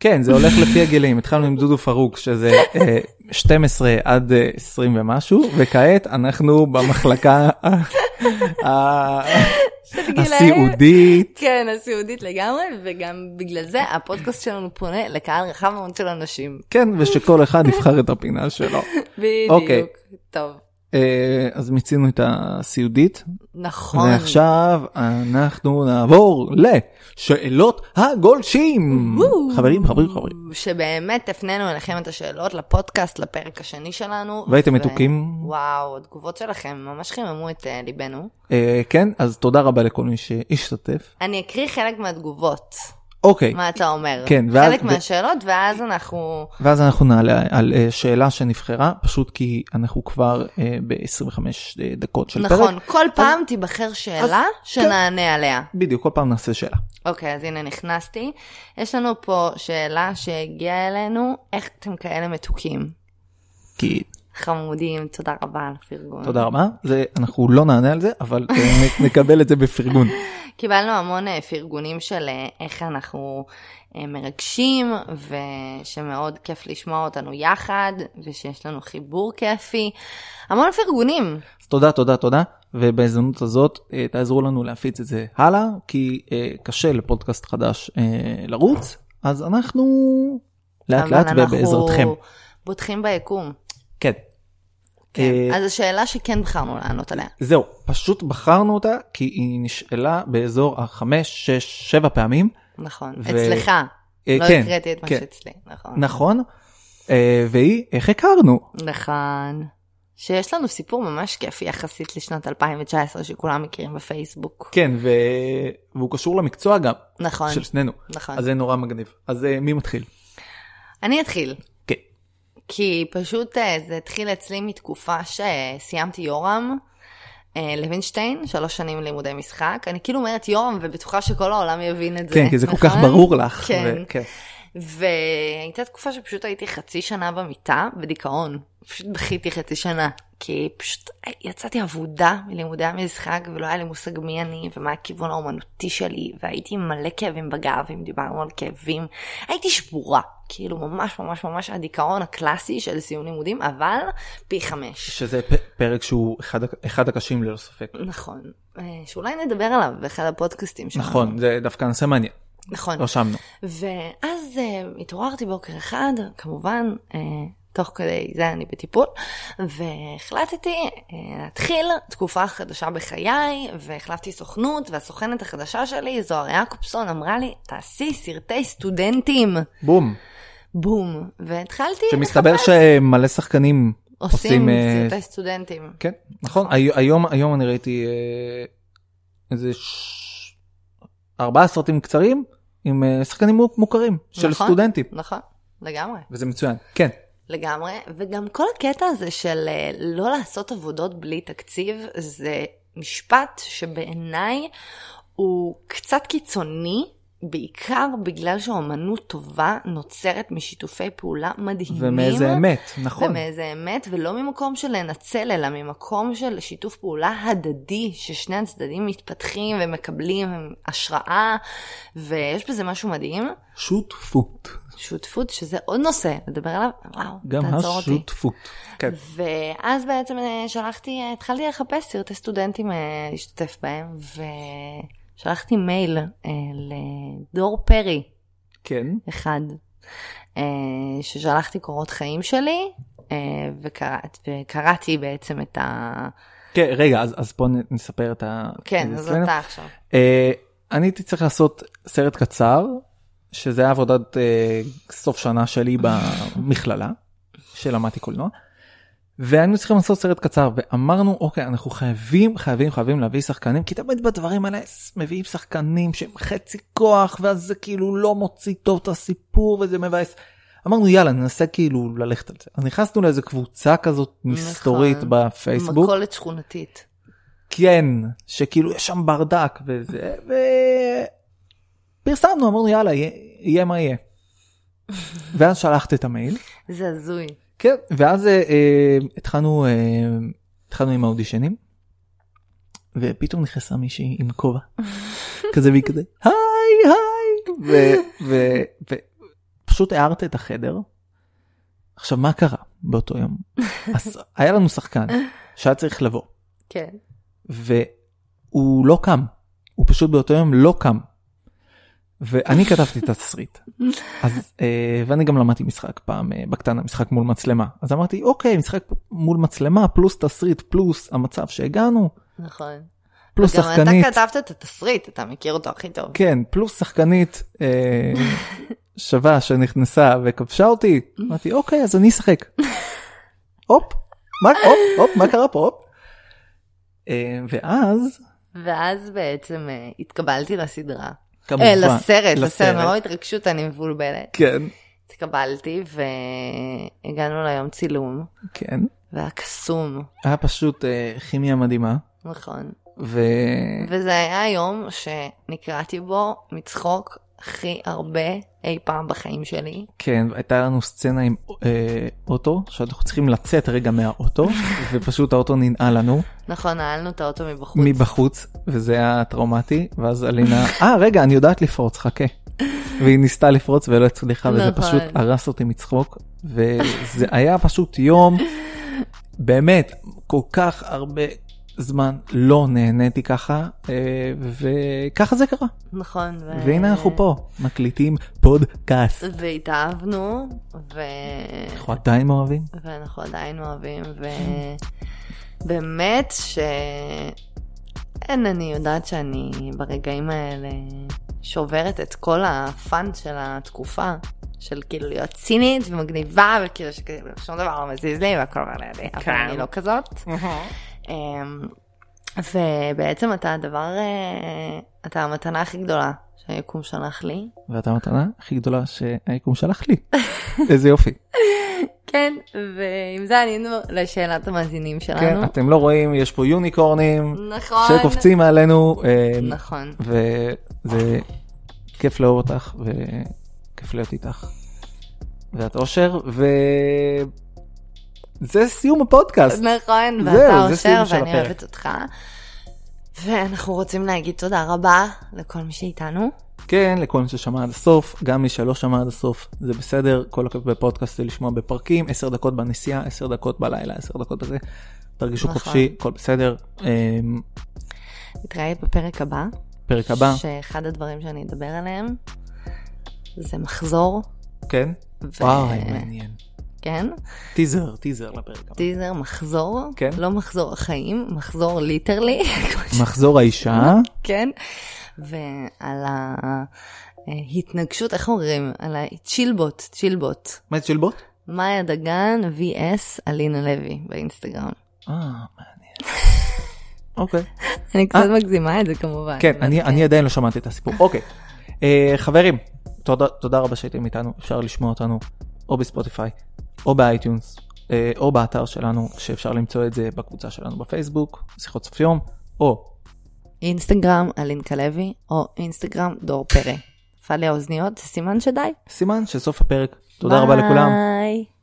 [SPEAKER 2] כן, זה הולך לפי הגילים. התחלנו עם דודו פרוק, שזה אה, 12 עד אה, 20 ומשהו, וכעת אנחנו במחלקה ה- ה-
[SPEAKER 1] של גילאים.
[SPEAKER 2] הסיעודית.
[SPEAKER 1] כן, הסיעודית לגמרי, וגם בגלל זה הפודקאסט שלנו פונה לקהל רחב מאוד של אנשים.
[SPEAKER 2] כן, ושכל אחד יבחר את הפינה שלו. אוקיי.
[SPEAKER 1] בדיוק. טוב,
[SPEAKER 2] אה, אז מיצינו את הסיעודית,
[SPEAKER 1] נכון.
[SPEAKER 2] ועכשיו אנחנו נעבור לשאלות הגולשים.
[SPEAKER 1] וואו.
[SPEAKER 2] חברים, חברים, חברים.
[SPEAKER 1] שבאמת הפנינו אליכם את השאלות לפודקאסט, לפרק השני שלנו.
[SPEAKER 2] והייתם
[SPEAKER 1] ו-
[SPEAKER 2] מתוקים.
[SPEAKER 1] וואו, התגובות שלכם ממש חיממו את אה, ליבנו.
[SPEAKER 2] אה, כן, אז תודה רבה לכל מי שהשתתף.
[SPEAKER 1] אני אקריא חלק מהתגובות,
[SPEAKER 2] אוקיי,
[SPEAKER 1] מה אתה אומר.
[SPEAKER 2] כן, ואז-
[SPEAKER 1] חלק
[SPEAKER 2] ו-
[SPEAKER 1] מהשאלות, ואז אנחנו...
[SPEAKER 2] ואז אנחנו נעלה על אה, שאלה שנבחרה, פשוט כי אנחנו כבר אה, ב-25 אה, דקות של פרק.
[SPEAKER 1] נכון, כל פעם תיבחר שאלה
[SPEAKER 2] כן.
[SPEAKER 1] שנענה עליה.
[SPEAKER 2] בדיוק, כל פעם נעשה שאלה.
[SPEAKER 1] אוקיי, אז הנה נכנסתי. יש לנו פה שאלה שהגיעה אלינו, איך אתם כאלה מתוקים?
[SPEAKER 2] כי
[SPEAKER 1] חמודים, תודה רבה על הפרגון.
[SPEAKER 2] תודה רבה, זה, אנחנו לא נענה על זה, אבל אה, נ- נקבל את זה בפרגון.
[SPEAKER 1] קיבלנו המון אה, פרגונים של אה, איך אנחנו אה, מרגשים, ושמאוד כיף לשמוע אותנו יחד, ושיש לנו חיבור כיפי. המון פרגונים.
[SPEAKER 2] אז תודה, תודה, תודה, ובהזדמנות הזאת אה, תעזרו לנו להפיץ את זה הלאה, כי אה, קשה לפודקאסט חדש אה, לרוץ, אז אנחנו לאט
[SPEAKER 1] אבל
[SPEAKER 2] לאט
[SPEAKER 1] אנחנו
[SPEAKER 2] ובעזרתכם.
[SPEAKER 1] בוטחים ביקום.
[SPEAKER 2] כן.
[SPEAKER 1] כן.
[SPEAKER 2] אה,
[SPEAKER 1] אז השאלה שכן בחרנו לענות עליה.
[SPEAKER 2] זהו, פשוט בחרנו אותה, כי היא נשאלה באזור החמש, שש, שבע פעמים.
[SPEAKER 1] נכון.
[SPEAKER 2] ו-
[SPEAKER 1] אצלך.
[SPEAKER 2] אה,
[SPEAKER 1] לא
[SPEAKER 2] כן,
[SPEAKER 1] הקראתי את מה
[SPEAKER 2] כן.
[SPEAKER 1] שאצלי. נכון.
[SPEAKER 2] נכון, אה, והיא, איך הכרנו?
[SPEAKER 1] נכון. שיש לנו סיפור ממש כיפי יחסית לשנת 2019 שכולם מכירים בפייסבוק.
[SPEAKER 2] כן, ו... והוא קשור למקצוע גם,
[SPEAKER 1] נכון,
[SPEAKER 2] של שנינו.
[SPEAKER 1] נכון.
[SPEAKER 2] אז זה נורא מגניב. אז אה, מי מתחיל?
[SPEAKER 1] אני אתחיל,
[SPEAKER 2] כן.
[SPEAKER 1] כי פשוט אה, זה התחיל אצלי מתקופה שסיימתי יורם. אה, לוינשטיין, שלוש שנים לימודי משחק. אני כאילו אומרת יורם ובטוחה שכל העולם יבין את זה.
[SPEAKER 2] כן, כי זה כל כך
[SPEAKER 1] נכון?
[SPEAKER 2] ברור לך.
[SPEAKER 1] כן.
[SPEAKER 2] ו- כן.
[SPEAKER 1] והייתה תקופה שפשוט הייתי חצי שנה במיטה בדיכאון. פשוט בכיתי חצי שנה. כי פשוט יצאתי אבודה מלימודי המשחק ולא היה לי מושג מי אני ומה הכיוון האומנותי שלי והייתי עם מלא כאבים בגב אם דיברנו על כאבים. הייתי שבורה. כאילו ממש ממש ממש הדיכאון הקלאסי של סיום לימודים אבל פי חמש.
[SPEAKER 2] שזה פ- פרק שהוא אחד, הק- אחד הקשים ללא ספק.
[SPEAKER 1] נכון. אה, שאולי נדבר עליו באחד הפודקאסטים שלנו.
[SPEAKER 2] נכון, זה דווקא נושא מעניין,
[SPEAKER 1] נכון.
[SPEAKER 2] רשמנו.
[SPEAKER 1] ואז uh, התעוררתי בוקר אחד, כמובן, uh, תוך כדי זה אני בטיפול, והחלטתי uh, להתחיל תקופה חדשה בחיי, והחלפתי סוכנות, והסוכנת החדשה שלי, זוהר יעקובסון, אמרה לי, תעשי סרטי סטודנטים.
[SPEAKER 2] בום,
[SPEAKER 1] בום. והתחלתי,
[SPEAKER 2] שמסתבר שמלא שחקנים
[SPEAKER 1] עושים
[SPEAKER 2] אה,
[SPEAKER 1] סרטי סטודנטים.
[SPEAKER 2] כן, נכון, הי- היום, היום אני ראיתי אה, איזה ש... ארבעה סרטים קצרים עם אה, שחקנים מו- מוכרים של
[SPEAKER 1] נכון.
[SPEAKER 2] סטודנטים,
[SPEAKER 1] נכון, לגמרי.
[SPEAKER 2] וזה מצוין, כן,
[SPEAKER 1] לגמרי, וגם כל הקטע הזה של אה, לא לעשות עבודות בלי תקציב, זה משפט שבעיניי הוא קצת קיצוני, בעיקר בגלל שאומנות טובה נוצרת משיתופי פעולה מדהימים.
[SPEAKER 2] ומאיזה אמת, נכון,
[SPEAKER 1] ומאיזה אמת, ולא ממקום של לנצל, אלא ממקום של שיתוף פעולה הדדי, ששני הצדדים מתפתחים ומקבלים השראה, ויש בזה משהו מדהים.
[SPEAKER 2] שותפות,
[SPEAKER 1] שותפות, שזה עוד נושא, נדבר עליו, וואו,
[SPEAKER 2] גם
[SPEAKER 1] תעצור אותי.
[SPEAKER 2] השותפות, כן,
[SPEAKER 1] ואז בעצם אה, שלחתי, אה, התחלתי לחפש סרטי סטודנטים אה, להשתתף בהם, ושלחתי מייל אה, לדור פרי
[SPEAKER 2] כן,
[SPEAKER 1] אחד, אה, ששלחתי קורות חיים שלי, אה, וקראת, וקראתי בעצם את ה...
[SPEAKER 2] כן, רגע, אז, אז בוא נ- נספר את ה...
[SPEAKER 1] כן,
[SPEAKER 2] את
[SPEAKER 1] אז
[SPEAKER 2] אצלנו.
[SPEAKER 1] אתה עכשיו.
[SPEAKER 2] אה, אני הייתי צריך לעשות סרט קצר, שזה היה עבודת אה, סוף שנה שלי במכללה, שלמדתי קולנוע, והיינו צריכים לעשות סרט קצר, ואמרנו, אוקיי, אנחנו חייבים, חייבים, חייבים להביא שחקנים, כי תמיד בדברים האלה מביאים שחקנים שהם חצי כוח, ואז זה כאילו לא מוציא טוב את הסיפור, וזה מבאס. אמרנו, יאללה, ננסה כאילו ללכת על זה. אז נכנסנו לאיזה קבוצה כזאת מסתורית
[SPEAKER 1] נכון.
[SPEAKER 2] בפייסבוק.
[SPEAKER 1] מכולת שכונתית.
[SPEAKER 2] כן, שכאילו יש שם ברדק וזה, ופרסמנו, אמרנו יאללה, יהיה- יהיה מה יהיה. ואז שלחת את המייל,
[SPEAKER 1] זה הזוי.
[SPEAKER 2] כן, ואז אה, אה, התחלנו, אה, התחלנו עם האודישנים, ופתאום נכנסה מישהי עם כובע, כזה והיא כזה, היי היי, ופשוט הארת את החדר. עכשיו מה קרה באותו יום? אז היה לנו שחקן שהיה צריך לבוא.
[SPEAKER 1] כן.
[SPEAKER 2] והוא לא קם. הוא פשוט באותו יום לא קם. ואני כתבתי את התסריט. אז אה, ואני גם למדתי משחק פעם אה, בקטנה משחק מול מצלמה אז אמרתי אוקיי משחק מול מצלמה פלוס תסריט פלוס המצב שהגענו
[SPEAKER 1] נכון.
[SPEAKER 2] פלוס
[SPEAKER 1] גם
[SPEAKER 2] שחקנית
[SPEAKER 1] אתה כתבת את התסריט, אתה מכיר אותו הכי טוב.
[SPEAKER 2] כן פלוס שחקנית אה, שווה שנכנסה וכבשה אותי אמרתי אוקיי אז אני אשחק. הופ מה הופ הופ מה קרה פה הופ. אה, ואז
[SPEAKER 1] ואז בעצם אה, התקבלתי לסדרה.
[SPEAKER 2] כמובן
[SPEAKER 1] אה, לסרט, לסרט, מרוב התרגשות אני מבולבלת.
[SPEAKER 2] כן
[SPEAKER 1] התקבלתי והגענו ליום צילום,
[SPEAKER 2] כן
[SPEAKER 1] והיה קסום,
[SPEAKER 2] היה פשוט אה, כימיה מדהימה.
[SPEAKER 1] נכון.
[SPEAKER 2] ו... אה.
[SPEAKER 1] וזה היה היום שנקרעתי בו מצחוק הכי הרבה אי פעם בחיים שלי.
[SPEAKER 2] כן, הייתה לנו סצנה עם אה, אוטו, שאנחנו צריכים לצאת רגע מהאוטו, ופשוט האוטו ננעל לנו
[SPEAKER 1] נכון, נעלנו את האוטו מבחוץ.
[SPEAKER 2] מבחוץ, וזה היה טראומטי, ואז אלינה, אה רגע, אני יודעת לפרוץ, חכה. והיא ניסתה לפרוץ ולא הצליחה, וזה
[SPEAKER 1] נכון.
[SPEAKER 2] פשוט הרס אותי מצחוק, וזה היה פשוט יום, באמת, כל כך הרבה זמן לא נהניתי ככה, אה, וככה זה קרה.
[SPEAKER 1] נכון. ו-
[SPEAKER 2] והנה אנחנו פה, מקליטים פודקאסט.
[SPEAKER 1] והתאהבנו, ו...
[SPEAKER 2] אנחנו עדיין אוהבים?
[SPEAKER 1] ואנחנו עדיין אוהבים, ובאמת ש... אין, אני יודעת שאני ברגעים האלה שוברת את כל הפאן של התקופה, של כאילו להיות צינית ומגניבה, וכאילו ששום דבר לא מזיז לי והכל עובר לידי, אבל אני לא כזאת. אמ, ובעצם אתה הדבר, אה, אתה המתנה הכי גדולה שהיקום שלח לי.
[SPEAKER 2] ואתה המתנה הכי גדולה שהיקום שלח לי. איזה יופי.
[SPEAKER 1] כן, ועם זה ענינו לשאלת המאזינים
[SPEAKER 2] כן,
[SPEAKER 1] שלנו.
[SPEAKER 2] אתם לא רואים, יש פה יוניקורנים
[SPEAKER 1] נכון.
[SPEAKER 2] שקופצים עלינו, אה,
[SPEAKER 1] נכון.
[SPEAKER 2] וזה כיף לאהוב אותך וכיף להיות איתך. ואת אושר, וזה סיום הפודקאסט.
[SPEAKER 1] נכון,
[SPEAKER 2] זהו,
[SPEAKER 1] ואתה
[SPEAKER 2] זה סיום
[SPEAKER 1] אושר
[SPEAKER 2] של
[SPEAKER 1] ואני
[SPEAKER 2] הפרק.
[SPEAKER 1] אוהבת אותך. ואנחנו רוצים להגיד תודה רבה לכל מי שאיתנו.
[SPEAKER 2] כן, לכל מי ששמע עד הסוף, גם מי שלא שמע עד הסוף, זה בסדר, כל הכיף בפודקאסט זה לשמוע בפרקים, 10 דקות בנסיעה, 10 דקות בלילה, 10 דקות בזה, תרגישו
[SPEAKER 1] נכון.
[SPEAKER 2] חופשי, הכל בסדר. אה,
[SPEAKER 1] נתראה בפרק הבא.
[SPEAKER 2] פרק הבא,
[SPEAKER 1] שאחד הדברים שאני אדבר עליהם זה מחזור.
[SPEAKER 2] כן?
[SPEAKER 1] ו-
[SPEAKER 2] וואי, מעניין.
[SPEAKER 1] כן,
[SPEAKER 2] טיזר, טיזר לפרק הבא.
[SPEAKER 1] טיזר מחזור,
[SPEAKER 2] כן.
[SPEAKER 1] לא מחזור החיים, מחזור ליטרלי,
[SPEAKER 2] מחזור האישה,
[SPEAKER 1] כן, ועל ההתנגשות, איך אומרים? על הצ'ילבוט, צ'ילבוט.
[SPEAKER 2] מת של בוט?
[SPEAKER 1] מאיה דגן, VS אלינה לוי באינסטגרם.
[SPEAKER 2] אה, מעניין. אוקיי.
[SPEAKER 1] אני קצת מגזימה את זה כמובן.
[SPEAKER 2] כן, אני, אני עדיין לא שמעתי את הסיפור. אוקיי. אה, חברים, תודה, תודה רבה שהייתם איתנו, אפשר לשמוע אותנו או בספוטיפיי, או באייטיונס, אה, או באתר שלנו, שאפשר למצוא את זה בקבוצה שלנו בפייסבוק, שיחות סוף יום, או
[SPEAKER 1] אינסטגרם אלינקה לוי, או אינסטגרם דור פרא. נפל לי האוזניות, זה סימן שדי.
[SPEAKER 2] סימן שסוף הפרק. תודה רבה לכולם.
[SPEAKER 1] ביי.